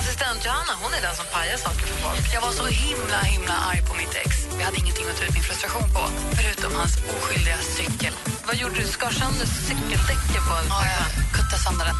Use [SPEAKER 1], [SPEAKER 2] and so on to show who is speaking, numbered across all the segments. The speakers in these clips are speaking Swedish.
[SPEAKER 1] Assistent Johanna hon är den som pajar saker för folk. Jag var så himla himla arg på mitt ex. Jag hade ingenting att ta ut min frustration på, förutom hans oskyldiga cykel. Vad gjorde du? Skar sönder cykeldäcken på en? Ja, jag kuttade sönder den.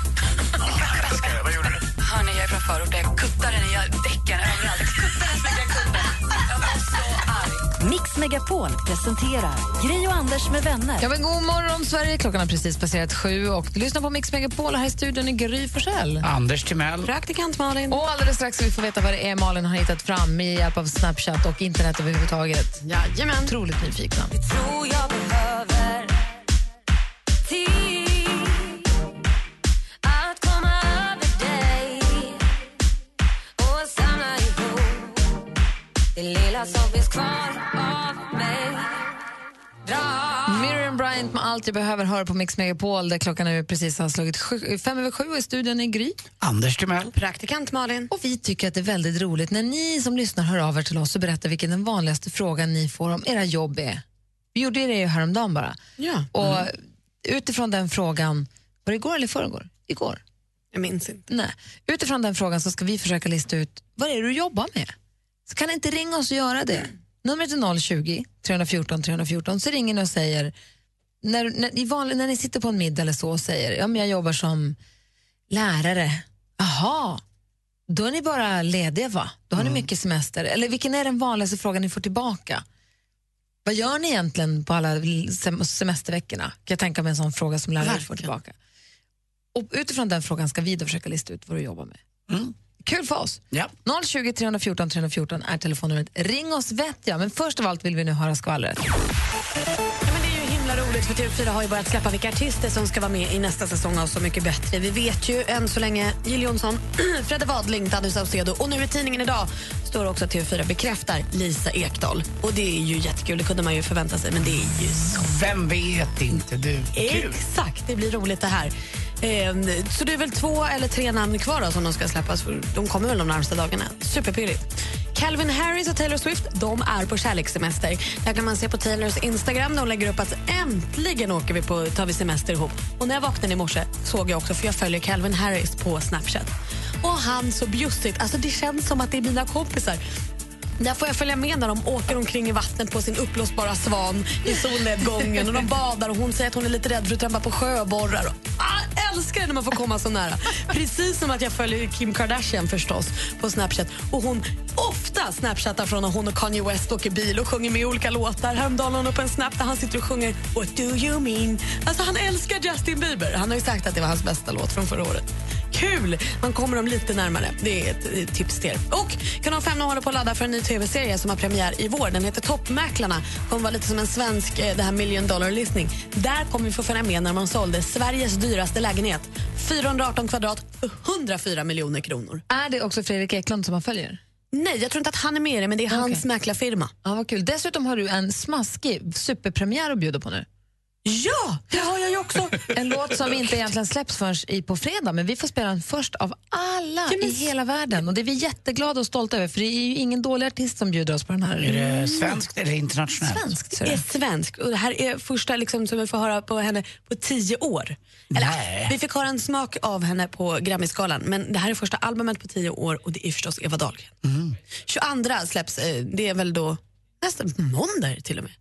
[SPEAKER 1] Vad gjorde du? Hörni, jag är från förort. Jag kuttade den i däcken överallt. Kuttade, kuttade, kuttade. Jag var så arg.
[SPEAKER 2] Mix Megapol presenterar Gri och Anders med vänner.
[SPEAKER 3] Ja, men god morgon, Sverige. Klockan har precis passerat sju. Och du lyssnar på Mix Megapol. Här i studion är Gry Forssell.
[SPEAKER 4] Anders Timell.
[SPEAKER 3] Praktikant Malin. Och alldeles strax ska vi få veta vad det är Malin har hittat fram med hjälp av Snapchat och internet överhuvudtaget. Jajamän. Otroligt nyfikna. Miriam Bryant med Allt jag behöver hör på Mix Megapol där klockan nu precis har slagit sju, fem över sju och i studion är Gry.
[SPEAKER 4] Anders Timell.
[SPEAKER 3] Praktikant Malin. Och vi tycker att det är väldigt roligt när ni som lyssnar hör av er till oss och berättar vilken den vanligaste frågan ni får om era jobb är. Vi gjorde det ju häromdagen bara.
[SPEAKER 5] Ja,
[SPEAKER 3] Och utifrån den frågan, var det igår eller förrgår? Igår.
[SPEAKER 5] jag minns inte.
[SPEAKER 3] Nej. Utifrån den frågan så ska vi försöka lista ut vad det är du jobbar med. Så kan ni inte ringa oss och göra det? Numret är 020 314 314 så ringer ni och säger när, när, i vanlig, när ni sitter på en middag eller så och säger ja, men jag jobbar som lärare. Aha, då är ni bara lediga va? Då har ni mycket semester. Eller vilken är den vanligaste frågan ni får tillbaka? Vad gör ni egentligen på alla sem- semesterveckorna? Kan jag tänka mig en sån fråga som lärare får
[SPEAKER 5] Verkligen.
[SPEAKER 3] tillbaka. Och utifrån den frågan ska vi då försöka lista ut vad du jobbar med. Kul för oss!
[SPEAKER 4] Ja.
[SPEAKER 3] 020 314 314 är telefonnumret. Ring oss vet jag, men först av allt vill vi nu höra skvallret.
[SPEAKER 5] Ja, men det är ju himla roligt för TV4 har ju börjat släppa vilka artister som ska vara med i nästa säsong av Så mycket bättre. Vi vet ju än så länge Jill Johnson, Fredde Wadling, Danny Saucedo och nu i tidningen idag står också att TV4 bekräftar Lisa Ekdahl. Och det är ju jättekul, det kunde man ju förvänta sig men det är ju så
[SPEAKER 4] Vem vet inte du? Kul.
[SPEAKER 5] Exakt, det blir roligt det här. Ehm, Så det är väl två eller tre namn kvar då som de ska släppas. för De kommer väl de närmaste dagarna. Superpirrigt. Calvin Harris och Taylor Swift de är på kärlekssemester. Det här kan man se på Taylors Instagram. där Hon lägger upp att äntligen åker vi på, tar vi semester ihop. Och När jag vaknade i morse såg jag också, för jag följer Calvin Harris på Snapchat. Och han så bjussigt. Alltså det känns som att det är mina kompisar. Där får jag följa med när de åker omkring i vattnet på sin uppblåsbara svan i solnedgången och de badar och hon säger att hon är lite rädd för att trampa på sjöborrar. Ah, älskar det när man får komma så nära. Precis som att jag följer Kim Kardashian förstås på Snapchat och hon ofta snapchattar från när hon och Kanye West åker bil och sjunger med i olika låtar. Häromdagen la hon upp en snap där han sitter och sjunger What do you mean? Alltså han älskar Justin Bieber. Han har ju sagt att det var hans bästa låt från förra året. Kul! Man kommer dem lite närmare. Det är ett eh, tips till er. Och Kanal 5 håller på att ladda för en ny tv-serie som har premiär i vår. Den heter Toppmäklarna. kommer vara lite som en svensk eh, det här million dollar listning. Där kommer vi få följa med när man sålde Sveriges dyraste lägenhet. 418 kvadrat för 104 miljoner kronor.
[SPEAKER 3] Är det också Fredrik Eklund som man följer?
[SPEAKER 5] Nej, jag tror inte att han är med i det, men det är hans mäklarfirma.
[SPEAKER 3] Ja, vad kul. Dessutom har du en smaskig superpremiär att bjuda på nu.
[SPEAKER 5] Ja, det har jag ju också!
[SPEAKER 3] En låt som inte egentligen släpps förrän i på fredag, men vi får spela den först av alla
[SPEAKER 5] Ja, men-
[SPEAKER 3] i hela världen. Och Det är vi jätteglada och stolta över, för det är ju ingen dålig artist som bjuder oss på den
[SPEAKER 4] Är
[SPEAKER 3] här.
[SPEAKER 4] det svenskt eller internationellt?
[SPEAKER 3] Svenskt, ser
[SPEAKER 5] är
[SPEAKER 3] du.
[SPEAKER 5] svensk och det här är första liksom, som vi får höra på henne på tio år.
[SPEAKER 4] Nej.
[SPEAKER 5] vi fick höra en smak av henne på Grammyskalan men det här är första albumet på tio år och det är förstås Eva Dahlgren. 22 släpps, eh, det är väl då nästa måndag till och med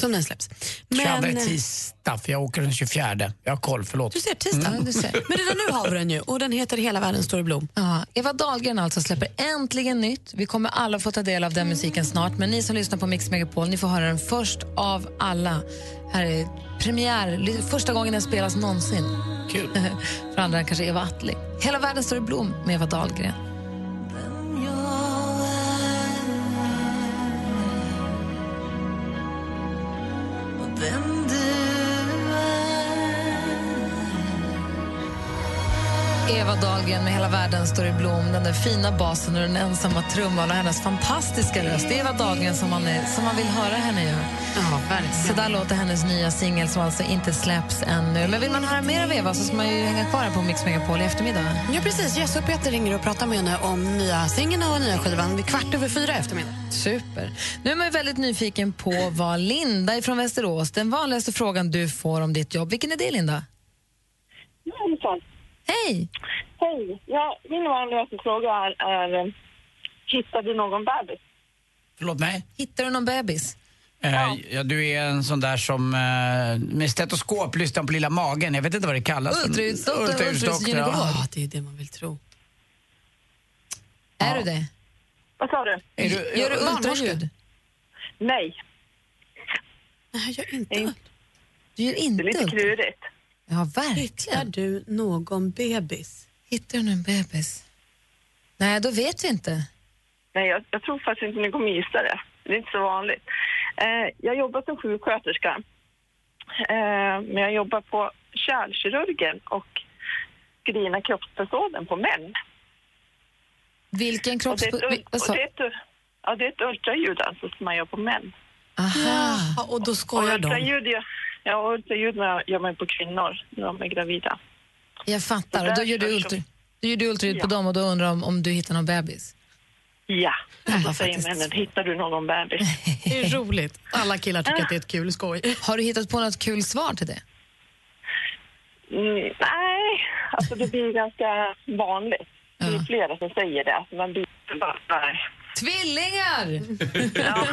[SPEAKER 5] som den släpps. Men,
[SPEAKER 4] 22
[SPEAKER 5] eh,
[SPEAKER 4] tisdag, för jag åker den 24. Jag har koll, förlåt.
[SPEAKER 5] du ser, tisdag.
[SPEAKER 3] Ja, du ser.
[SPEAKER 5] Men redan nu har vi den ju och den heter Hela världen står i blom.
[SPEAKER 3] Ja, Eva Dahlgren alltså släpper äntligen nytt. Vi kommer alla få ta del av den musiken snart. Men ni som lyssnar på Mix Megapol, ni får höra den först av alla. Här är premiär, li- första gången den spelas någonsin.
[SPEAKER 4] Kul.
[SPEAKER 3] För andra kanske Eva Attling. Hela världen står i blom med Eva Dahlgren. Eva Dahlgren med Hela världen står i blom. Den där fina basen och den ensamma trumman och hennes fantastiska röst. Det är Eva Dahlgren som man, är, som man vill höra henne göra.
[SPEAKER 5] Ja, verkligen.
[SPEAKER 3] Så där låter hennes nya singel som alltså inte släpps ännu. Men vill man höra mer av Eva så ska man ju hänga kvar här på Mix Megapol i eftermiddag.
[SPEAKER 5] Ja, precis. Jesse och Peter ringer och pratar med henne om nya singeln och nya skivan vid kvart över fyra i eftermiddag.
[SPEAKER 3] Super. Nu är man ju väldigt nyfiken på vad Linda från Västerås, den vanligaste frågan du får om ditt jobb, vilken är det Linda?
[SPEAKER 6] Hejsan.
[SPEAKER 3] Hej!
[SPEAKER 6] Hej. Ja, min vanligaste fråga är, är eh, hittade du någon bebis?
[SPEAKER 4] Förlåt mig?
[SPEAKER 3] Hittar du någon bebis?
[SPEAKER 4] Ja. ja, du är en sån där som eh, med stetoskop lyssnar på lilla magen. Jag vet inte vad det kallas.
[SPEAKER 3] Ultraljudsdoktor,
[SPEAKER 4] Ultraljudsdoktor.
[SPEAKER 3] ultraljudsgynekolog.
[SPEAKER 4] ja.
[SPEAKER 5] Ja, det är det man vill tro.
[SPEAKER 3] Är du det?
[SPEAKER 6] Vad sa du?
[SPEAKER 4] Är du,
[SPEAKER 3] Gör du
[SPEAKER 5] barnmorska.
[SPEAKER 3] ultraljud?
[SPEAKER 6] Nej,
[SPEAKER 5] Nej, jag gör inte.
[SPEAKER 6] Nej.
[SPEAKER 3] Du gör
[SPEAKER 6] det
[SPEAKER 3] inte
[SPEAKER 6] är lite
[SPEAKER 3] ultraljud?
[SPEAKER 6] klurigt.
[SPEAKER 3] Ja,
[SPEAKER 5] Hittar
[SPEAKER 3] verkligen.
[SPEAKER 5] du någon bebis?
[SPEAKER 3] Hittar du någon bebis? Nej, då vet vi inte.
[SPEAKER 6] Nej, jag, jag tror faktiskt inte ni kommer gissa det. Det är inte så vanligt. Eh, jag jobbar som sjuksköterska. Eh, men jag jobbar på kärlkirurgen och screenar kroppsbestånden på män.
[SPEAKER 3] Vilken
[SPEAKER 6] Och det, är ett,
[SPEAKER 3] kroppsbo...
[SPEAKER 6] ul-
[SPEAKER 3] Vad
[SPEAKER 6] och
[SPEAKER 3] sa
[SPEAKER 6] det, är ett, ul- ja, det är ett ultraljud alltså som man gör på män.
[SPEAKER 3] Aha.
[SPEAKER 5] Ja, och då
[SPEAKER 6] Och
[SPEAKER 5] skojar de.
[SPEAKER 6] ultraljud, gör- ja, och ultraljud gör man ju på kvinnor när de är gravida.
[SPEAKER 3] Jag fattar.
[SPEAKER 6] Så
[SPEAKER 3] Och då
[SPEAKER 6] där
[SPEAKER 3] gör du,
[SPEAKER 6] görs
[SPEAKER 3] ultra,
[SPEAKER 6] de.
[SPEAKER 3] du gör du ultraljud på
[SPEAKER 6] Ja.
[SPEAKER 3] dem och då undrar om, om du hittar någon bebis.
[SPEAKER 6] Ja,
[SPEAKER 5] var
[SPEAKER 6] då säger
[SPEAKER 5] faktiskt
[SPEAKER 6] männen, hittar du någon bebis?
[SPEAKER 5] Det är roligt. Alla killar tycker att det är ett kul skoj.
[SPEAKER 3] Har du hittat på något kul svar till det?
[SPEAKER 6] Mm, nej, alltså det blir ganska vanligt. Det är flera som säger det. Alltså man blir bara, nej.
[SPEAKER 3] Tvillingar!
[SPEAKER 6] Ja.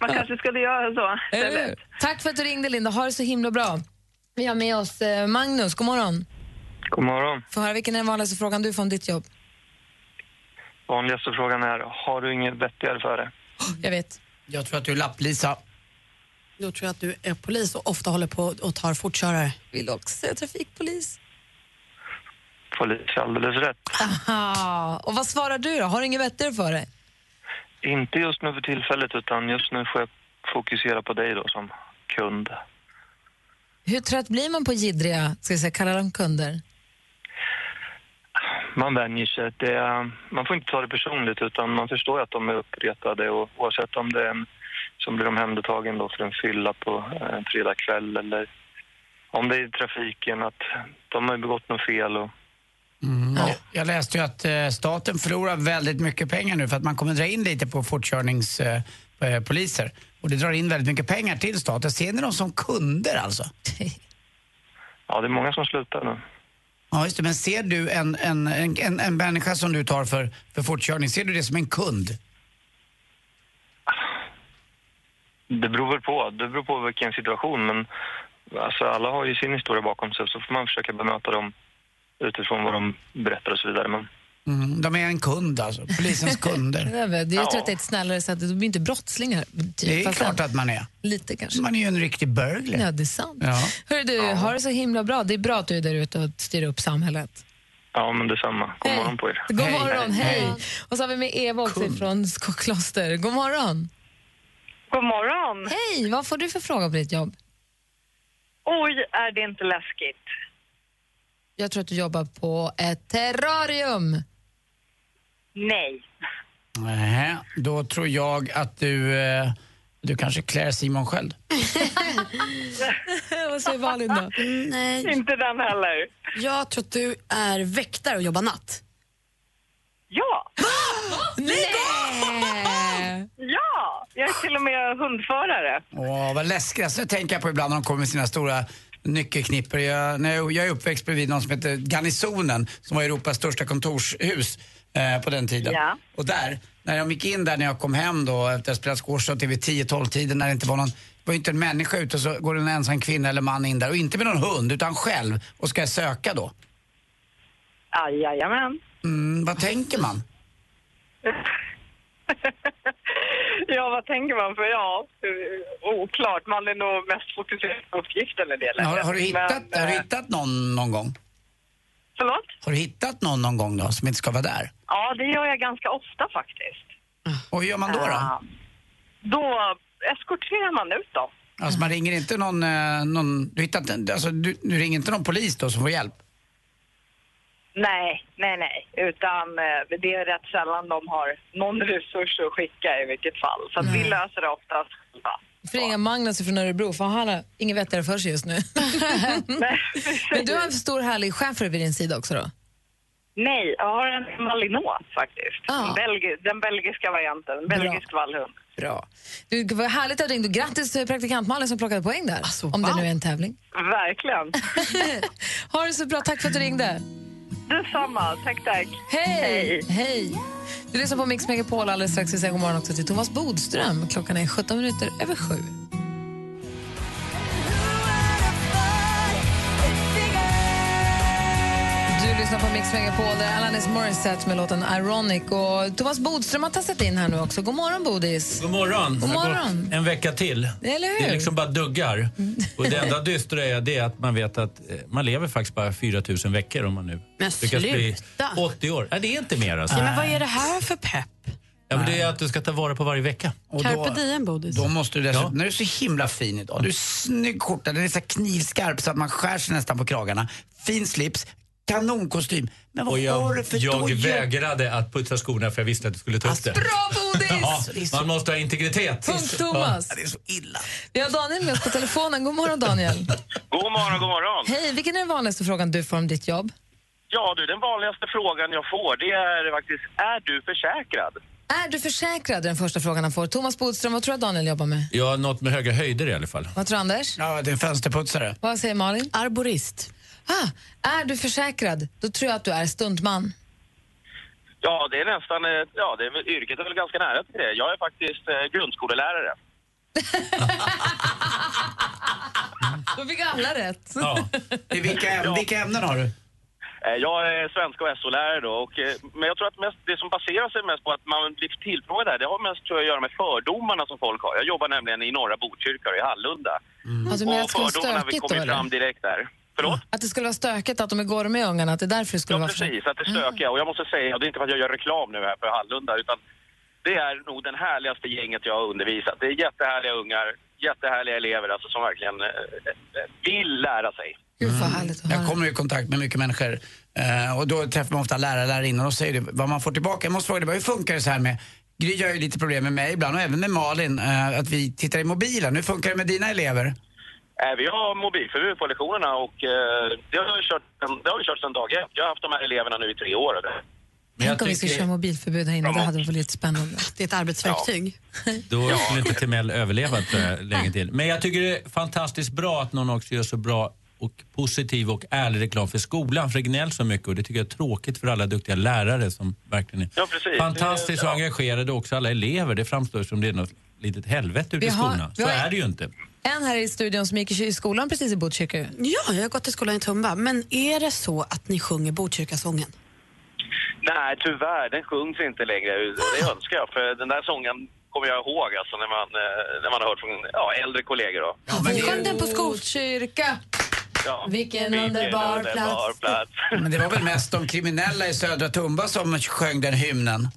[SPEAKER 6] Man kanske skulle göra så.
[SPEAKER 3] Eller hur?
[SPEAKER 6] istället.
[SPEAKER 3] Tack för att du ringde, Linda. Ha det så himla bra. Vi har med oss eh, Magnus. God morgon.
[SPEAKER 7] God morgon.
[SPEAKER 3] Får höra vilken är den vanligaste frågan du får om ditt jobb?
[SPEAKER 7] Vanligaste frågan är, har du inget vettigare för dig?
[SPEAKER 3] Jag vet.
[SPEAKER 4] Jag tror att du är lapplisa.
[SPEAKER 5] Då tror jag att du är polis och ofta håller på och tar fortkörare.
[SPEAKER 3] Vill också säga trafikpolis.
[SPEAKER 7] Polis är alldeles rätt.
[SPEAKER 3] Aha. Och vad svarar du då? Har du inget vettigare för dig?
[SPEAKER 7] Inte just nu för tillfället, utan just nu får jag fokusera på dig då som kund.
[SPEAKER 3] Hur trött blir man på jiddriga, ska jag säga, kalla dem kunder?
[SPEAKER 7] Man vänjer sig. Det är, man får inte ta det personligt, utan man förstår ju att de är uppretade. Och oavsett om det är en som blir omhändertagen då för en fylla på eh, en fredag kväll eller om det är i trafiken, att de har ju begått något fel. Och,
[SPEAKER 4] Jag- Jag läste ju att eh, staten förlorar väldigt mycket pengar nu för att man kommer dra in lite på fortkörningspoliser. Eh, poliser. och det drar in väldigt mycket pengar till staten. Ser ni dem som kunder alltså?
[SPEAKER 7] ja, det är många som slutar nu.
[SPEAKER 4] Ja, just det. Men ser du en, en, en, en, en människa som du tar för, för fortkörning, ser du det som en kund?
[SPEAKER 7] Det beror väl på. Det beror på vilken situation. Men alltså, alla har ju sin historia bakom sig så får man försöka bemöta dem utifrån vad de berättar och så vidare. Men
[SPEAKER 4] Mm, de är en kund alltså, polisens kunder.
[SPEAKER 3] Det är väl- det är- Jag tror
[SPEAKER 7] Ja.
[SPEAKER 3] att det är ett snällare sätt. De blir inte brottslingar. Typ.
[SPEAKER 4] Det är
[SPEAKER 3] Fast
[SPEAKER 4] klart
[SPEAKER 3] ändå
[SPEAKER 4] att man är.
[SPEAKER 3] Lite kanske.
[SPEAKER 4] Man är ju en riktig burglar.
[SPEAKER 3] Ja, det är sant.
[SPEAKER 4] Ja.
[SPEAKER 3] Hörru du, ha det så himla bra. Det är bra att du är där ute och styr upp samhället.
[SPEAKER 7] ja, men detsamma. God morgon på er.
[SPEAKER 3] God
[SPEAKER 4] Hej.
[SPEAKER 3] morgon, hej.
[SPEAKER 4] Hej.
[SPEAKER 3] Och så har vi med Eva också från Skokloster. God morgon.
[SPEAKER 6] God morgon.
[SPEAKER 3] Hej, vad får du för fråga på ditt jobb?
[SPEAKER 6] Oj, är det inte läskigt?
[SPEAKER 3] Jag tror att du jobbar på ett terrarium.
[SPEAKER 6] Nej.
[SPEAKER 4] Nähä, då tror jag att du, eh, du kanske klär Simon själv.
[SPEAKER 3] vad säger Malin då?
[SPEAKER 5] Nej,
[SPEAKER 6] Inte den heller.
[SPEAKER 5] jag tror att du är väktare och jobbar natt.
[SPEAKER 6] Ja,
[SPEAKER 3] Nej!
[SPEAKER 6] ja. Jag är till och med hundförare.
[SPEAKER 4] Åh, vad läskigt. Alltså, det tänker jag på ibland när de kommer med sina stora nyckelknippor. Jag, när jag, jag är uppväxt bredvid någon som heter Garnisonen som var Europas största kontorshus eh, på den tiden.
[SPEAKER 6] Ja.
[SPEAKER 4] Och där, när jag gick in där när jag kom hem då efter att ha spelat squash till vid 10-12-tiden när det inte var någon det var ju inte en människa ute så går en ensam kvinna eller man in där och inte med någon hund utan själv och ska söka då.
[SPEAKER 6] Ah, jajamän.
[SPEAKER 4] Mm, vad tänker man?
[SPEAKER 6] ja, vad tänker man? För ja, eh, oklart. Man är nog mest fokuserad på uppgiften i det läget.
[SPEAKER 4] Har, har, du hittat,
[SPEAKER 6] Men,
[SPEAKER 4] har du
[SPEAKER 6] eh,
[SPEAKER 4] hittat någon någon gång?
[SPEAKER 6] Förlåt?
[SPEAKER 4] Har du hittat någon någon gång då som inte ska vara där?
[SPEAKER 6] Ja, det gör jag ganska ofta faktiskt.
[SPEAKER 4] Och hur gör man då? då?
[SPEAKER 6] Ja. Då eskorterar man ut dem.
[SPEAKER 4] Alltså man ringer inte någon, eh, någon du, hittar, inte- alltså du, du ringer inte någon polis då som får hjälp?
[SPEAKER 6] Nej, nej, nej. Utan eh, det är rätt sällan de har någon resurs att skicka i vilket fall. Så att vi löser det oftast själva.
[SPEAKER 3] För inga Magnus är från Örebro, för han har inget vettigare för sig just nu.
[SPEAKER 6] Mm. Men,
[SPEAKER 3] Men du har en stor härlig schäfer vid din sida också då?
[SPEAKER 6] Nej, jag har en Malinois faktiskt.
[SPEAKER 3] Ah.
[SPEAKER 6] Belgi- den belgiska varianten. En Belgisk vallhund.
[SPEAKER 3] Bra. Du, vad härligt att du ringde. Grattis till praktikant Malin som plockade poäng där. om det nu är en tävling.
[SPEAKER 6] Verkligen.
[SPEAKER 3] ha det så bra. Tack för att du ringde.
[SPEAKER 6] Detsamma. Tack, tack.
[SPEAKER 3] Hej! Hej! Du lyssnar på Mix Megapol alldeles strax. Vi säger god morgon också till Thomas Bodström. Klockan är 17 minuter över sju. Du lyssnar på Mix Megapol, där Alanis Morissette med låten Ironic. Och Thomas Bodström har tassat in här nu också. God morgon, Bodis.
[SPEAKER 8] God morgon.
[SPEAKER 3] God
[SPEAKER 8] Det har
[SPEAKER 3] morgon.
[SPEAKER 8] gått En vecka till.
[SPEAKER 3] Eller hur?
[SPEAKER 8] Det är liksom bara duggar. Och det enda dystra är det att man vet att eh, man lever faktiskt bara 4 000 veckor om man nu
[SPEAKER 9] Men
[SPEAKER 8] lyckas bli
[SPEAKER 9] sluta.
[SPEAKER 8] 80 år. Nej, det är inte mer alltså.
[SPEAKER 9] Nej, men vad är det här för pepp?
[SPEAKER 8] Ja, men det är att du ska ta vara på varje vecka.
[SPEAKER 4] Och
[SPEAKER 9] Carpe
[SPEAKER 4] då,
[SPEAKER 9] diem, Bodis.
[SPEAKER 4] då måste du dessutom, nu är du så himla fin idag. Du är snygg skjorta, den är så här knivskarp så att man skär sig nästan på kragarna. Fin slips, kanonkostym. Men vad
[SPEAKER 8] Och
[SPEAKER 4] har
[SPEAKER 8] jag,
[SPEAKER 4] du för
[SPEAKER 8] jag
[SPEAKER 4] dojor?
[SPEAKER 8] vägrade att putsa skorna för jag visste att du skulle ta upp det.
[SPEAKER 3] Bra,
[SPEAKER 8] Ja,
[SPEAKER 3] Bodis!
[SPEAKER 8] man måste ha integritet.
[SPEAKER 3] Punkt Thomas.
[SPEAKER 4] Det är så illa.
[SPEAKER 3] Vi har Daniel med oss på telefonen. God morgon, Daniel.
[SPEAKER 10] God morgon, god morgon.
[SPEAKER 3] Hej, vilken är den vanligaste frågan du får om ditt jobb?
[SPEAKER 10] Ja du, den vanligaste frågan jag får det är faktiskt, är du försäkrad?
[SPEAKER 3] Är du försäkrad? är Den första frågan han får. Thomas Bodström, vad tror du att Daniel jobbar med?
[SPEAKER 8] Ja, något med höga höjder i alla fall.
[SPEAKER 3] Vad tror Anders?
[SPEAKER 4] Ja, det är en fönsterputsare.
[SPEAKER 3] Vad säger Malin?
[SPEAKER 9] Arborist.
[SPEAKER 3] Ah, är du försäkrad? Då tror jag att du är stuntman.
[SPEAKER 10] Ja, det är nästan, eh, ja, det är, väl- yrket är väl ganska nära till det. Jag är faktiskt eh, grundskolelärare.
[SPEAKER 3] Då fick alla rätt.
[SPEAKER 8] Ja.
[SPEAKER 4] I vilka, äm- vilka ämnen har du?
[SPEAKER 10] Eh, Jag är svenska och SO-lärare då, och, eh, men jag tror att mest, det som baserar sig mest på att man blir tillfrågad här, det har mest tror jag, att göra med fördomarna som folk har. Jag jobbar nämligen i norra Botkyrka och i Hallunda.
[SPEAKER 3] Alltså, men att
[SPEAKER 10] och
[SPEAKER 3] det skulle vara
[SPEAKER 10] fördomarna har vi
[SPEAKER 3] stökigt då,
[SPEAKER 10] kommit fram
[SPEAKER 3] eller?
[SPEAKER 10] direkt där. Förlåt?
[SPEAKER 3] Att det skulle vara stökigt att de är gormiga med ungarna, att det är därför det skulle
[SPEAKER 10] Ja,
[SPEAKER 3] vara för...
[SPEAKER 10] precis. Att det
[SPEAKER 3] Mm.
[SPEAKER 10] stökiga. Och jag måste säga, och det är inte för att jag gör reklam nu här för Hallunda, utan det är nog den härligaste gänget jag har undervisat. Det är jättehärliga ungar, jättehärliga elever alltså, som verkligen eh, eh, vill lära sig.
[SPEAKER 3] Gud vad härligt att höra.
[SPEAKER 4] Jag kommer ju i kontakt med mycket människor eh, och då träffar man ofta lärare, lärarinnor och säger det, vad man får tillbaka. Jag måste fråga dig, bara, hur funkar det så här med Gry har ju lite problem med mig ibland och även med Malin, eh, att vi tittar i mobilen. Hur funkar det med dina elever?
[SPEAKER 10] Eh, Vi har mobilförbud på lektionerna och eh, det har vi kört, det har vi kört sedan dag ett. Jag har haft de här eleverna nu i tre år.
[SPEAKER 8] Men
[SPEAKER 3] Tänk
[SPEAKER 8] jag
[SPEAKER 3] om vi skulle
[SPEAKER 8] tycker,
[SPEAKER 3] köra mobilförbud här inne, det hade varit lite spännande.
[SPEAKER 9] Det är ett arbetsverktyg.
[SPEAKER 8] då skulle inte Timell överleva tror jag, länge till. Men jag tycker det är fantastiskt bra att någon också gör så bra och positiv och ärlig reklam för skolan. För det gnälls så mycket och det tycker jag är tråkigt för alla duktiga lärare som verkligen är
[SPEAKER 10] Ja, precis.
[SPEAKER 8] fantastiskt
[SPEAKER 10] Det-
[SPEAKER 8] och
[SPEAKER 10] ja.
[SPEAKER 8] engagerade och också alla elever. Det framstår som det är något litet helvete ute
[SPEAKER 3] Vi
[SPEAKER 8] i
[SPEAKER 3] har-
[SPEAKER 8] skolorna.
[SPEAKER 3] vi
[SPEAKER 8] Så
[SPEAKER 3] har-
[SPEAKER 8] är det ju inte.
[SPEAKER 3] En här i studion som gick i i skolan precis i Botkyrka.
[SPEAKER 9] Ja, jag har gått i skolan i Tumba. Men är det så att ni sjunger Botkyrkasången?
[SPEAKER 10] Nej, tyvärr, den sjungs inte längre. Och det önskar jag, för den där sången kommer jag ihåg alltså, när, man, eh, när man har hört från ja, äldre kollegor. Då.
[SPEAKER 3] Sjöng den på Botkyrka!
[SPEAKER 10] Ja.
[SPEAKER 3] Vilken underbar plats.
[SPEAKER 4] Men det var väl mest de kriminella i södra Tumba som sjöng den hymnen.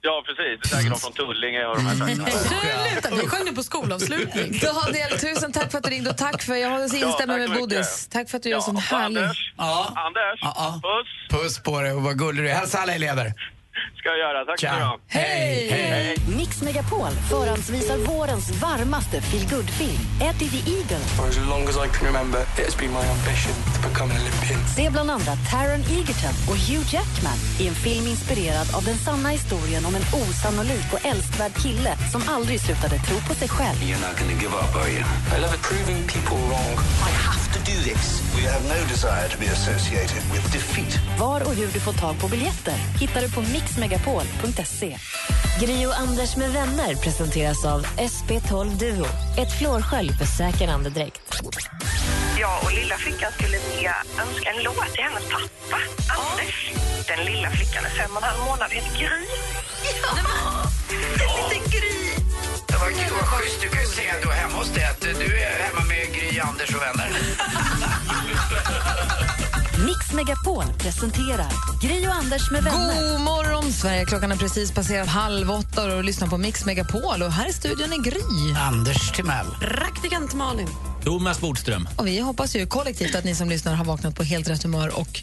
[SPEAKER 10] Ja, precis. Det är säkert de från Tullinge och de här
[SPEAKER 3] Mm.
[SPEAKER 10] trakterna.
[SPEAKER 9] Sluta, vi sjöng den på skolavslutning.
[SPEAKER 3] Daniel, tusen tack för att du ringde och tack för... Jag
[SPEAKER 10] tack
[SPEAKER 3] instämmer
[SPEAKER 10] så
[SPEAKER 3] med
[SPEAKER 10] mycket.
[SPEAKER 3] Bodis. Tack för att du gör
[SPEAKER 10] Ja,
[SPEAKER 3] en sån
[SPEAKER 10] och
[SPEAKER 3] härlig...
[SPEAKER 10] Anders,
[SPEAKER 4] Ja.
[SPEAKER 10] Anders
[SPEAKER 4] Ja, ja.
[SPEAKER 10] puss
[SPEAKER 4] Puss på dig och vad gullig du är. Hälsa alla elever.
[SPEAKER 10] ska jag göra. Tack ska
[SPEAKER 4] Tja.
[SPEAKER 10] du ha.
[SPEAKER 4] Hej! Hej!
[SPEAKER 5] Mix Megapol förhandsvisar vårens varmaste feelgood-film, Eddie the Eagle.
[SPEAKER 11] As long as I can remember, it has been my ambition to become an Olympian.
[SPEAKER 5] Se bland andra Taron Egerton och Hugh Jackman i en film inspirerad av den sanna historien om en osannolik och älskvärd kille som aldrig slutade tro på sig själv.
[SPEAKER 12] You're not going to give up, are you?
[SPEAKER 11] I love proving people wrong.
[SPEAKER 12] I have to do this. We have no desire to be associated with defeat.
[SPEAKER 5] Var och hur du får tag på biljetter hittar du på mixmegapol.se. Gri och Anders med vänner presenteras av SP12 Duo. Ett flårskölj för säker andedräkt.
[SPEAKER 6] Jag och lilla flickan skulle vilja önska en låt till hennes pappa, Anders. Den lilla flickan är fem och en halv månad, heter Gry.
[SPEAKER 4] Vad gud, vad schysst. Du kan ju säga då hemma hos dig att du är hemma med Gry, Anders och vänner.
[SPEAKER 5] Mix Megapol presenterar Gri och Anders med vänner.
[SPEAKER 3] God morgon, Sverige! Klockan är precis passerat halv åtta och du lyssnar på Mix Megapol. Och här i studion är Gry.
[SPEAKER 4] Anders Timell.
[SPEAKER 9] Praktikant Malin.
[SPEAKER 8] Thomas Bodström.
[SPEAKER 3] Och vi hoppas ju kollektivt att ni som lyssnar har vaknat på helt rätt humör och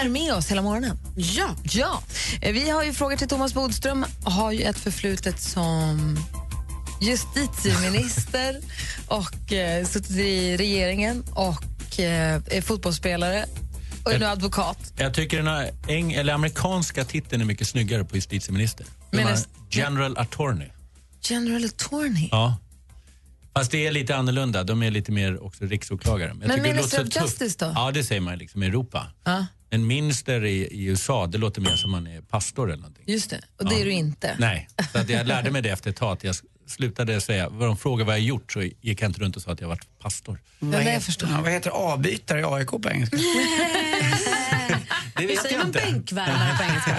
[SPEAKER 3] är med oss hela morgonen. Ja. ja. Eh, Vi har ju frågor till Thomas Bodström. har ju ett förflutet som justitieminister och eh, suttit i regeringen och eh, är fotbollsspelare och är nu advokat.
[SPEAKER 10] Jag tycker den här eng, eller amerikanska titeln är mycket snyggare på justitieminister. De
[SPEAKER 3] Men
[SPEAKER 10] här
[SPEAKER 3] näst-
[SPEAKER 10] General Attorney.
[SPEAKER 3] General Attorney.
[SPEAKER 10] Ja. Fast det är lite annorlunda. De är lite mer också riksåklagare. Jag
[SPEAKER 3] Men
[SPEAKER 10] tycker det
[SPEAKER 3] Minister
[SPEAKER 10] låter så
[SPEAKER 3] of
[SPEAKER 10] tufft.
[SPEAKER 3] Justice då?
[SPEAKER 10] Ja, det säger man liksom i Europa.
[SPEAKER 3] Ja,
[SPEAKER 10] En minister i, i USA, det låter mer som man är pastor eller någonting.
[SPEAKER 3] just det. Och det
[SPEAKER 10] Ja.
[SPEAKER 3] är du inte.
[SPEAKER 10] Nej, så att jag lärde mig det efter ett tag. Att jag slutade säga, vad de frågade vad jag gjort så gick jag inte runt och sa att jag varit pastor.
[SPEAKER 4] Vad heter, ja, vad heter avbytare i AIK på engelska?
[SPEAKER 10] Det
[SPEAKER 5] Hur
[SPEAKER 10] vet
[SPEAKER 5] säger man
[SPEAKER 10] jag inte.
[SPEAKER 5] bänkvärmare på engelska?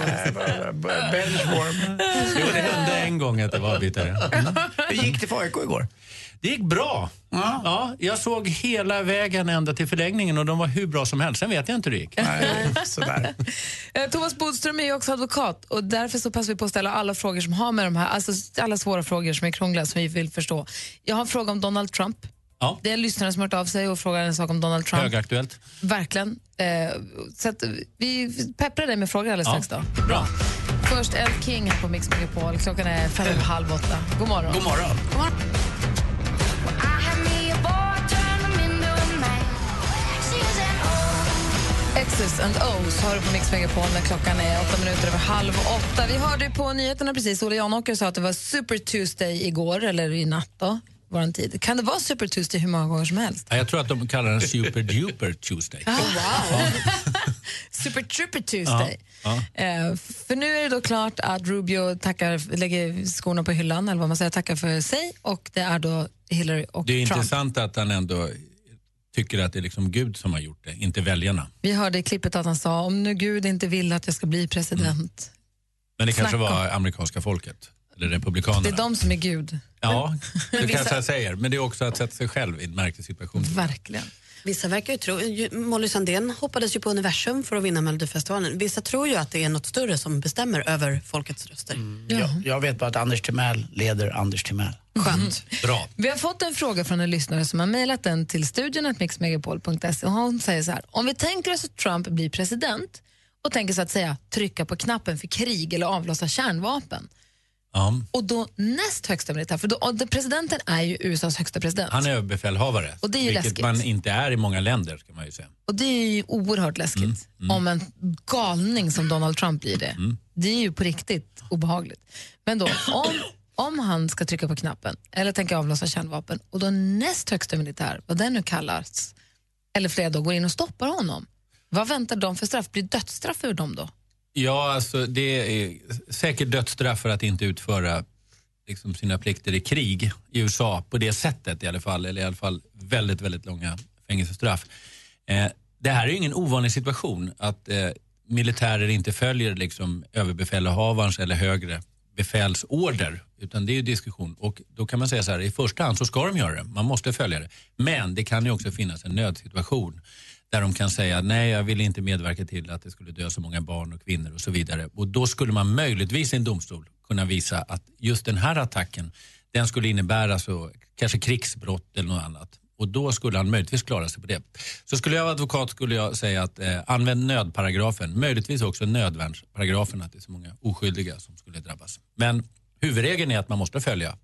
[SPEAKER 4] Benchwarm.
[SPEAKER 10] Jo, det hände en gång att det var avbytare.
[SPEAKER 4] Hur gick det för AIK igår?
[SPEAKER 10] Det gick bra. Ja. jag såg hela vägen ända till förlängningen och de var hur bra som helst. Sen vet jag inte hur det gick.
[SPEAKER 4] Nej, sådär.
[SPEAKER 3] Eh, Thomas Bodström är ju också advokat och därför så passar vi på att ställa alla frågor som har med de här, alltså alla svåra frågor som är krångliga som vi vill förstå. Jag har en fråga om Donald Trump.
[SPEAKER 10] Ja.
[SPEAKER 3] Det är en lyssnare som har hört av sig och frågar en sak om Donald Trump.
[SPEAKER 10] Högaktuellt.
[SPEAKER 3] Verkligen. Eh, så att vi pepprar dig med frågor alldeles strax
[SPEAKER 10] Ja.
[SPEAKER 3] då.
[SPEAKER 10] Bra.
[SPEAKER 3] Först El King här på Mix Megapol. Klockan är fem över halv åtta. God morgon.
[SPEAKER 10] God morgon.
[SPEAKER 3] God morgon. X's and O's har du på Mix Megapol när klockan är åtta minuter över halv åtta. Vi hörde på nyheterna precis, Olle Janåker sa att det var Super Tuesday igår, eller i natt då, vår tid. Kan det vara Super Tuesday hur många gånger som helst?
[SPEAKER 10] Ja, Jag tror att de kallar den Super Duper Tuesday.
[SPEAKER 3] Super Trooper Tuesday.
[SPEAKER 10] Ja.
[SPEAKER 3] Eh, för nu är det då klart att Rubio tackar, lägger skorna på hyllan, eller vad man säger, tackar för sig och det är då Hillary och
[SPEAKER 10] Det är
[SPEAKER 3] Trump.
[SPEAKER 10] intressant att han ändå tycker att det är liksom Gud som har gjort det, inte väljarna.
[SPEAKER 3] Vi hörde i klippet att han sa om nu Gud inte vill att jag ska bli president.
[SPEAKER 10] Mm. Men det kanske
[SPEAKER 3] Snacka om-
[SPEAKER 10] var amerikanska folket, eller republikanerna.
[SPEAKER 3] Det är de som är Gud,
[SPEAKER 10] Ja, det kanske jag säger. Men det är också att sätta sig själv i en märklig situation.
[SPEAKER 3] verkligen.
[SPEAKER 5] Vissa verkar ju tro, ju- Molly Sandén hoppades ju på universum för att vinna Melodifestivalen. Vissa tror ju att det är något större som bestämmer över folkets röster.
[SPEAKER 4] Jag, jag vet bara att Anders Timell leder Anders Timell.
[SPEAKER 5] Skönt.
[SPEAKER 10] Mm-hmm. Bra.
[SPEAKER 3] Vi har fått en fråga från en lyssnare som har mejlat den till studion at mixmegapol.se och hon säger så här, om vi tänker oss att Trump blir president och tänker så att säga trycka på knappen för krig eller avlossa kärnvapen.
[SPEAKER 10] Ja.
[SPEAKER 3] Och då näst högsta militär, för då, och det- presidenten är ju USAs högsta president.
[SPEAKER 10] Han är överbefälhavare,
[SPEAKER 3] Och det är ju
[SPEAKER 10] vilket
[SPEAKER 3] läskigt.
[SPEAKER 10] man inte är i många länder. Ska man ju säga.
[SPEAKER 3] Och det är ju oerhört läskigt om en galning som Donald Trump blir det. Det är ju på riktigt obehagligt. Men då, om, om han ska trycka på knappen eller tänka avlossa kärnvapen och då näst högsta militär, vad den nu kallas, eller flera då går in och stoppar honom. Vad väntar de för straff? Blir dödsstraff för dem då?
[SPEAKER 10] Ja, alltså, det är säkert dödsstraff för att inte utföra liksom, sina plikter i krig i USA på det sättet i alla fall. Eller i alla fall väldigt, väldigt långa fängelsestraff. Eh, det här är ju ingen ovanlig situation att eh, militärer inte följer liksom, överbefälhavarens eller högre befälsorder. Utan det är ju diskussion. Och då kan man säga så här, i första hand så ska de göra det. Man måste följa det. Men det kan ju också finnas en nödsituation där de kan säga nej jag vill inte medverka till att det skulle dö så många barn och kvinnor och så vidare. Och då skulle man möjligtvis i en domstol kunna visa att just den här attacken den skulle innebära så, kanske krigsbrott eller något annat. Och då skulle han möjligtvis klara sig på det. Så skulle jag vara advokat skulle jag säga att eh, använd nödparagrafen, möjligtvis också nödvärnsparagrafen att det är så många oskyldiga som skulle drabbas. Men huvudregeln är att man måste följa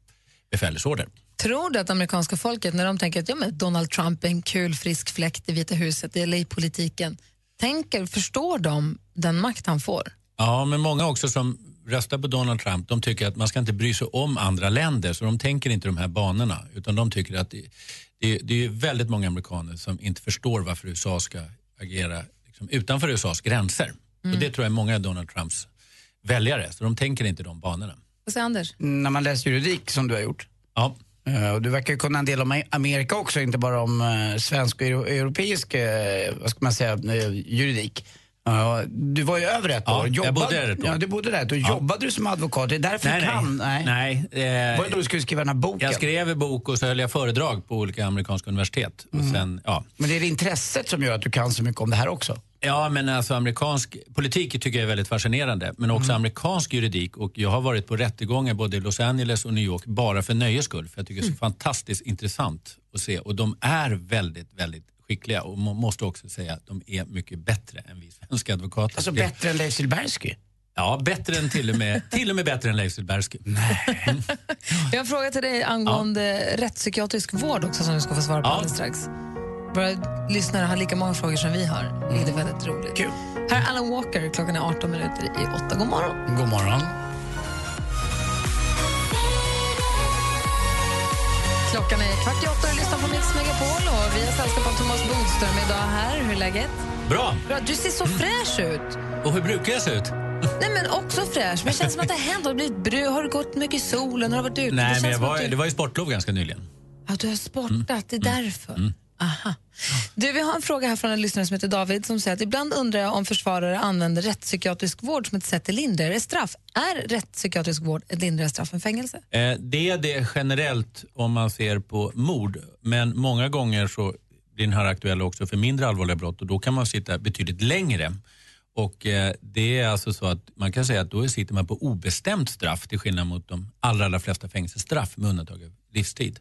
[SPEAKER 10] befälsorder.
[SPEAKER 3] Tror du att amerikanska folket, när de tänker att ja, men Donald Trump är en kul frisk fläkt i Vita huset eller i politiken, tänker, förstår de den makt han får?
[SPEAKER 10] Ja, men många också som röstar på Donald Trump, de tycker att man ska inte bry sig om andra länder, så de tänker inte de här banorna. Utan de tycker att det, det, det är ju väldigt många amerikaner som inte förstår varför USA ska agera liksom, utanför USAs gränser. Och det tror jag är många av Donald Trumps väljare, så de tänker inte de banorna.
[SPEAKER 3] Vad säger Anders?
[SPEAKER 4] När man läser juridik som du har gjort.
[SPEAKER 10] Ja.
[SPEAKER 4] eh, Och du verkar ju kunna en del om A- Amerika också, inte bara om eh, svensk och euro- europeisk eh, vad ska man säga, eh, juridik. Ja, Du var ju över ett
[SPEAKER 10] Ja,
[SPEAKER 4] år.
[SPEAKER 10] jag bodde där ett år.
[SPEAKER 4] Ja, du bodde där ett år. Jobbade du som advokat? Det är därför du kan.
[SPEAKER 10] nej. eh,
[SPEAKER 4] Var det då du skulle skriva den här boken?
[SPEAKER 10] jag skrev en bok och så höll jag föredrag på olika amerikanska universitet. Och sen, ja.
[SPEAKER 4] Men det är det intresset som gör att du kan så mycket om det här också?
[SPEAKER 10] Ja, men alltså amerikansk politik tycker jag är väldigt fascinerande. Men också amerikansk juridik. Och jag har varit på rättegångar både i Los Angeles och New York Mm. bara för nöjes skull. För jag tycker det är så fantastiskt intressant att se. Och de är väldigt, väldigt
[SPEAKER 4] skickliga och man måste också säga att de är mycket bättre än vi svenska advokater.
[SPEAKER 10] Alltså bättre än Leif Silbersky?
[SPEAKER 4] Ja, bättre än till och med, till och med bättre än Leif Silbersky.
[SPEAKER 3] Jag har en fråga till dig angående rättspsykiatrisk vård också som du ska få svara på
[SPEAKER 4] Ja.
[SPEAKER 3] alldeles strax. Våra lyssnare har lika många frågor som vi har, vilket
[SPEAKER 4] Mm.
[SPEAKER 3] är väldigt roligt.
[SPEAKER 10] Kul.
[SPEAKER 3] Här är Alan Walker, klockan är 18 minuter i 8. God morgon.
[SPEAKER 10] God morgon.
[SPEAKER 3] Klockan är kvart i åtta och du lyssnar på Mix Megapol och vi har sällskap av Thomas Bodström idag här. Hur är läget?
[SPEAKER 4] Bra!
[SPEAKER 3] Bra, du ser
[SPEAKER 4] Mm.
[SPEAKER 3] så fräsch ut.
[SPEAKER 4] Och hur brukar jag se ut?
[SPEAKER 3] Nej men också fräsch, men det känns som att det har hänt. Har du blivit brun? Har du gått mycket i solen? Har du varit ute? det
[SPEAKER 4] Nej,
[SPEAKER 3] känns
[SPEAKER 4] men jag
[SPEAKER 3] som att
[SPEAKER 4] var,
[SPEAKER 3] du...
[SPEAKER 4] det var ju sportlov ganska nyligen.
[SPEAKER 3] Ja, du har sportat, det är därför. Aha. Du, vi har en fråga här från en lyssnare som heter David som säger att ibland undrar jag om försvarare använder rättspsykiatrisk vård som ett sätt till lindrigare straff. Är rättspsykiatrisk vård ett lindrigare straff än fängelse?
[SPEAKER 4] Eh, Det är det generellt om man ser på mord, men många gånger så blir den här aktuell också för mindre allvarliga brott och då kan man sitta betydligt längre. Och eh, det är alltså så att man kan säga att då sitter man på obestämt straff till skillnad mot de allra, allra flesta fängelsestraff med undantag av livstid.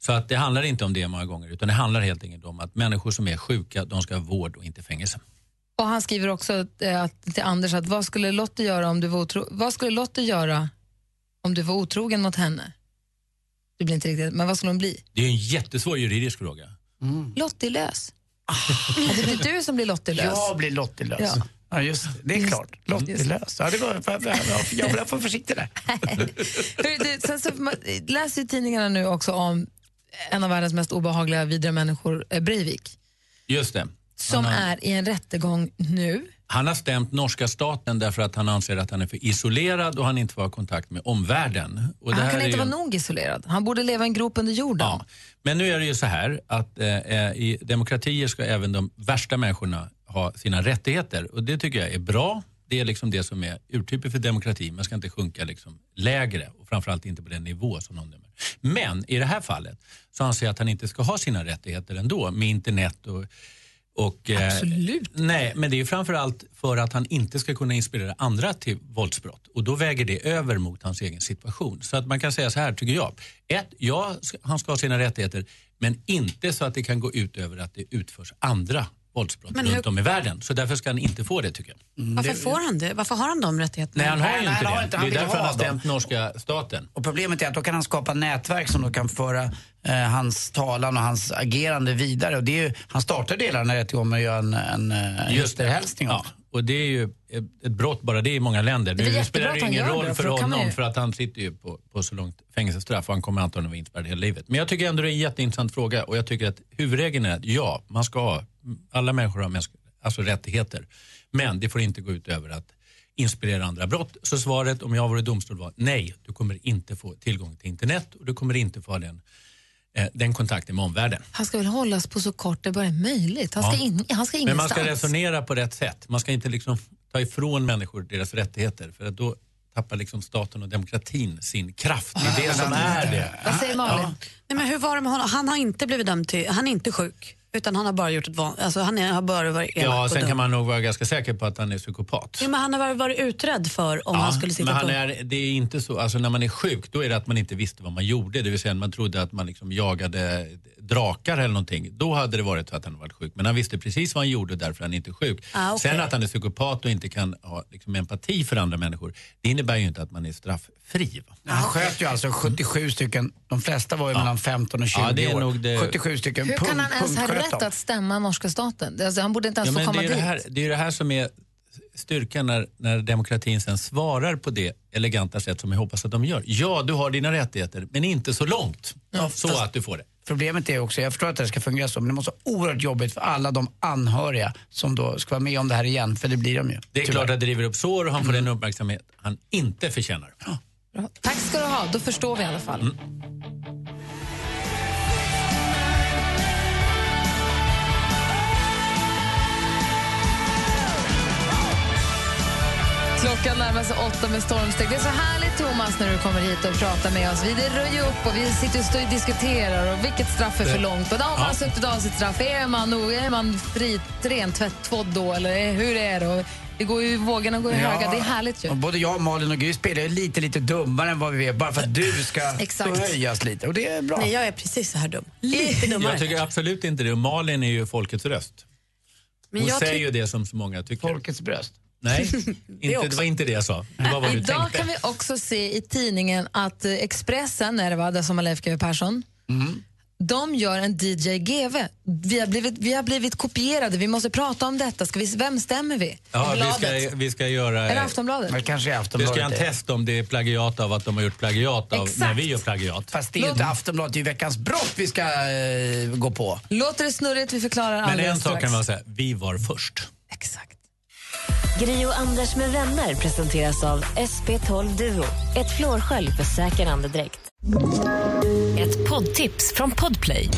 [SPEAKER 4] Så att det handlar inte om det många gånger utan det handlar helt enkelt om att människor som är sjuka, de ska ha vård och inte fängelse.
[SPEAKER 3] Och han skriver också eh, att, till Anders att vad skulle Lottie göra om du var otro, vad skulle Lottie göra om du var otrogen mot henne? Det blir inte riktigt, men vad skulle hon bli?
[SPEAKER 4] Det är ju en jättesvår juridisk fråga.
[SPEAKER 3] Lottilös. Ja, det blir du som blir Lottilös.
[SPEAKER 10] Jag blir lottilös.
[SPEAKER 3] Ja.
[SPEAKER 10] Ja. just det. Det är klart. Lottilös. Ja, det var, jag, jag, jag, jag får försiktig där.
[SPEAKER 3] Hur, du, sen så, man läser ju tidningarna nu också om en av världens mest obehagliga, vidriga människor, eh, Breivik,
[SPEAKER 4] Just det.
[SPEAKER 3] som
[SPEAKER 4] Han har-
[SPEAKER 3] är i en rättegång nu.
[SPEAKER 4] Han har stämt norska staten därför att han anser att han är för isolerad och han inte får ha kontakt med omvärlden. Och det
[SPEAKER 3] han
[SPEAKER 4] här
[SPEAKER 3] kan
[SPEAKER 4] är
[SPEAKER 3] inte
[SPEAKER 4] ju-
[SPEAKER 3] vara nog isolerad. Han borde leva i en grop under jorden.
[SPEAKER 4] Men nu är det ju så här att eh, eh, i demokratier ska även de värsta människorna ha sina rättigheter och det tycker jag är bra. Det är liksom det som är urtypen för demokrati. Man ska inte sjunka liksom lägre och framförallt inte på den nivå som någon dömer. Men i det här fallet så anser jag att han inte ska ha sina rättigheter ändå med internet och och, eh,
[SPEAKER 3] Absolut.
[SPEAKER 4] Nej, men det är ju framförallt för att han inte ska kunna inspirera andra till våldsbrott. Och då väger det över mot hans egen situation. Så att man kan säga så här, tycker jag. Ett, ja, ska- han ska ha sina rättigheter, men inte så att det kan gå ut över att det utförs andra våldsbrott
[SPEAKER 5] Men hur- Mm.
[SPEAKER 4] runt om i världen. Så därför ska han inte få det, tycker jag.
[SPEAKER 5] Varför får han det? Varför har han de rättigheterna?
[SPEAKER 4] Nej, han har ju inte det.
[SPEAKER 10] inte. Han
[SPEAKER 4] det
[SPEAKER 10] vill
[SPEAKER 4] är därför han har
[SPEAKER 10] ha dem.
[SPEAKER 4] stämt norska staten.
[SPEAKER 10] Och problemet är att då kan han skapa nätverk som då kan föra eh, hans talan och hans agerande vidare. Och det är ju, han startade hela den här rättegången med att göra en, en eh, efterhälsning.
[SPEAKER 4] Ja, och det är ju ett ett brott bara det i många länder.
[SPEAKER 10] Det är
[SPEAKER 4] Nu
[SPEAKER 10] jättebra
[SPEAKER 4] spelar
[SPEAKER 10] att
[SPEAKER 4] det
[SPEAKER 10] han
[SPEAKER 4] ingen
[SPEAKER 10] gör
[SPEAKER 4] roll
[SPEAKER 10] det,
[SPEAKER 4] för
[SPEAKER 10] för då kan
[SPEAKER 4] honom
[SPEAKER 10] man ju-
[SPEAKER 4] för att han sitter ju på, på så långt fängelsestraff och han kommer antagligen vara inspärrad hela livet. Men jag tycker ändå det är en jätteintressant fråga och jag tycker att huvudregeln är att ja, man ska ha, alla människor har mänsk- alltså rättigheter. Men det får inte gå ut över att inspirera andra brott. Så svaret om jag vore domstol var nej, du kommer inte få tillgång till internet och du kommer inte få ha den, eh, den kontakten med omvärlden.
[SPEAKER 3] Han ska väl hållas på så kort det bara är möjligt. Han ska,
[SPEAKER 4] Ja.
[SPEAKER 3] in, han ska
[SPEAKER 4] Men man
[SPEAKER 3] ingenstans.
[SPEAKER 4] ska resonera på rätt sätt. Man ska inte liksom ta ifrån människor deras rättigheter för att då tappar liksom staten och demokratin sin kraft. Det är det som är det.
[SPEAKER 3] Vad säger Malin?
[SPEAKER 5] Nej, men hur var det med honom? Han har inte blivit dömd till... Han är inte sjuk. Utan han har bara gjort ett van... Alltså han är, har bara varit elak
[SPEAKER 4] Ja,
[SPEAKER 5] och
[SPEAKER 4] sen
[SPEAKER 5] dum.
[SPEAKER 4] kan man nog vara ganska säker på att han är psykopat.
[SPEAKER 5] Ja, men han har varit- varit utredd för om
[SPEAKER 4] Ja,
[SPEAKER 5] han skulle sitta
[SPEAKER 4] men han
[SPEAKER 5] på...
[SPEAKER 4] är, det är inte så, alltså när man är sjuk då är det att man inte visste vad man gjorde. Det vill säga man trodde att man liksom jagade drakar eller någonting. Då hade det varit så att han varit sjuk. Men han visste precis vad han gjorde och därför är han inte sjuk.
[SPEAKER 5] Ah, okej.
[SPEAKER 4] Sen att han är psykopat och inte kan ha liksom, empati för andra människor. Det innebär ju inte att man är strafffri. Va?
[SPEAKER 10] Han sköt ju alltså 77 stycken. De flesta var ju mellan 15 och 20
[SPEAKER 4] Ja, det är
[SPEAKER 10] år.
[SPEAKER 4] nog det-
[SPEAKER 10] 77 stycken.
[SPEAKER 3] Hur kan
[SPEAKER 10] Punkt,
[SPEAKER 3] han ens ha
[SPEAKER 10] punkt, sköt
[SPEAKER 3] rätt
[SPEAKER 10] dem.
[SPEAKER 3] att stämma norska staten? Alltså, han borde inte ens
[SPEAKER 4] Ja,
[SPEAKER 3] få
[SPEAKER 4] men det,
[SPEAKER 3] komma
[SPEAKER 4] är ju det,
[SPEAKER 3] dit.
[SPEAKER 4] här, det är ju det här som är styrkan när, när demokratin sen svarar på det eleganta sätt som jag hoppas att de gör. Ja, du har dina rättigheter, men inte så långt så att du får det.
[SPEAKER 10] Problemet är också, jag förstår att det här ska fungera så, men det måste vara oerhört jobbigt för alla de anhöriga som då ska vara med om det här igen, för det blir de ju.
[SPEAKER 4] Det är klart att det driver upp sår och han får
[SPEAKER 3] Mm.
[SPEAKER 4] den uppmärksamhet han inte förtjänar.
[SPEAKER 3] Bra. Tack ska du ha, då förstår vi i alla fall. Klockan närmar sig åtta med stormsteg. Det är så härligt, Thomas, när du kommer hit och pratar med oss. Vi det rör ju upp och vi sitter och, står och diskuterar och vilket straff är för långt. Och då har man
[SPEAKER 4] Ja.
[SPEAKER 3] suttit av sitt straff. Är man, nog- är man fri, rentvätt, tvådd då? Eller är- hur är det? Och Det går ju, vågorna går ju
[SPEAKER 10] Ja.
[SPEAKER 3] höga. Det är härligt ju.
[SPEAKER 10] Och både jag, Malin och Gry spelar ju lite, lite dummare än vad vi är bara för att du ska
[SPEAKER 3] Exakt.
[SPEAKER 10] höjas lite. Och det är bra.
[SPEAKER 13] Nej, jag är precis så här dum. Lite
[SPEAKER 4] Jag
[SPEAKER 13] dummare.
[SPEAKER 4] tycker absolut inte det. Och Malin är ju folkets röst.
[SPEAKER 13] Men
[SPEAKER 4] Hon
[SPEAKER 13] jag
[SPEAKER 4] säger
[SPEAKER 13] tyck-
[SPEAKER 4] ju det som så många tycker. Folkets
[SPEAKER 10] bröst.
[SPEAKER 4] Nej, inte, det
[SPEAKER 3] också.
[SPEAKER 4] var inte det jag sa. Det var vad du
[SPEAKER 3] Idag
[SPEAKER 4] tänkte.
[SPEAKER 3] kan vi också se i tidningen att eh, Expressen, är det va, där som har Leif GW Persson,
[SPEAKER 4] Mm.
[SPEAKER 3] de gör en DJ GV. Vi har, blivit, vi har blivit kopierade, vi måste prata om detta. Ska vi, vem stämmer vi?
[SPEAKER 4] Ja, vi
[SPEAKER 3] Bladet.
[SPEAKER 4] ska, vi ska göra...
[SPEAKER 3] Eller Aftonbladet.
[SPEAKER 10] Men kanske är
[SPEAKER 4] Vi
[SPEAKER 10] Aftonbladet.
[SPEAKER 4] ska göra en
[SPEAKER 10] det.
[SPEAKER 4] test om det är plagiat av att de har gjort plagiat av
[SPEAKER 3] Exakt.
[SPEAKER 4] när vi gör plagiat.
[SPEAKER 10] Fast det är ju inte Aftonbladet, det är ju Veckans brott vi ska eh, gå på.
[SPEAKER 3] Låter det snurrigt? Vi förklarar
[SPEAKER 4] Men
[SPEAKER 3] alldeles
[SPEAKER 4] en sak
[SPEAKER 3] strax.
[SPEAKER 4] kan man säga, vi var först.
[SPEAKER 5] Gri och Anders med vänner presenteras av SP12 Duo. Ett flårskölj för säker andedräkt. Ett poddtips från Podplay.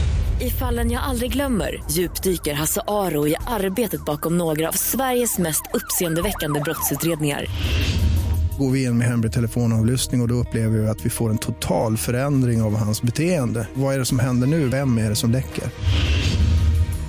[SPEAKER 5] I fallen jag aldrig glömmer djupdyker Hasse Aro i arbetet bakom några av Sveriges mest uppseendeväckande brottsutredningar.
[SPEAKER 12] Går vi in med hemlig telefonavlyssning och, och då upplever vi att vi får en total förändring av hans beteende. Vad är det som händer nu? Vem är det som läcker?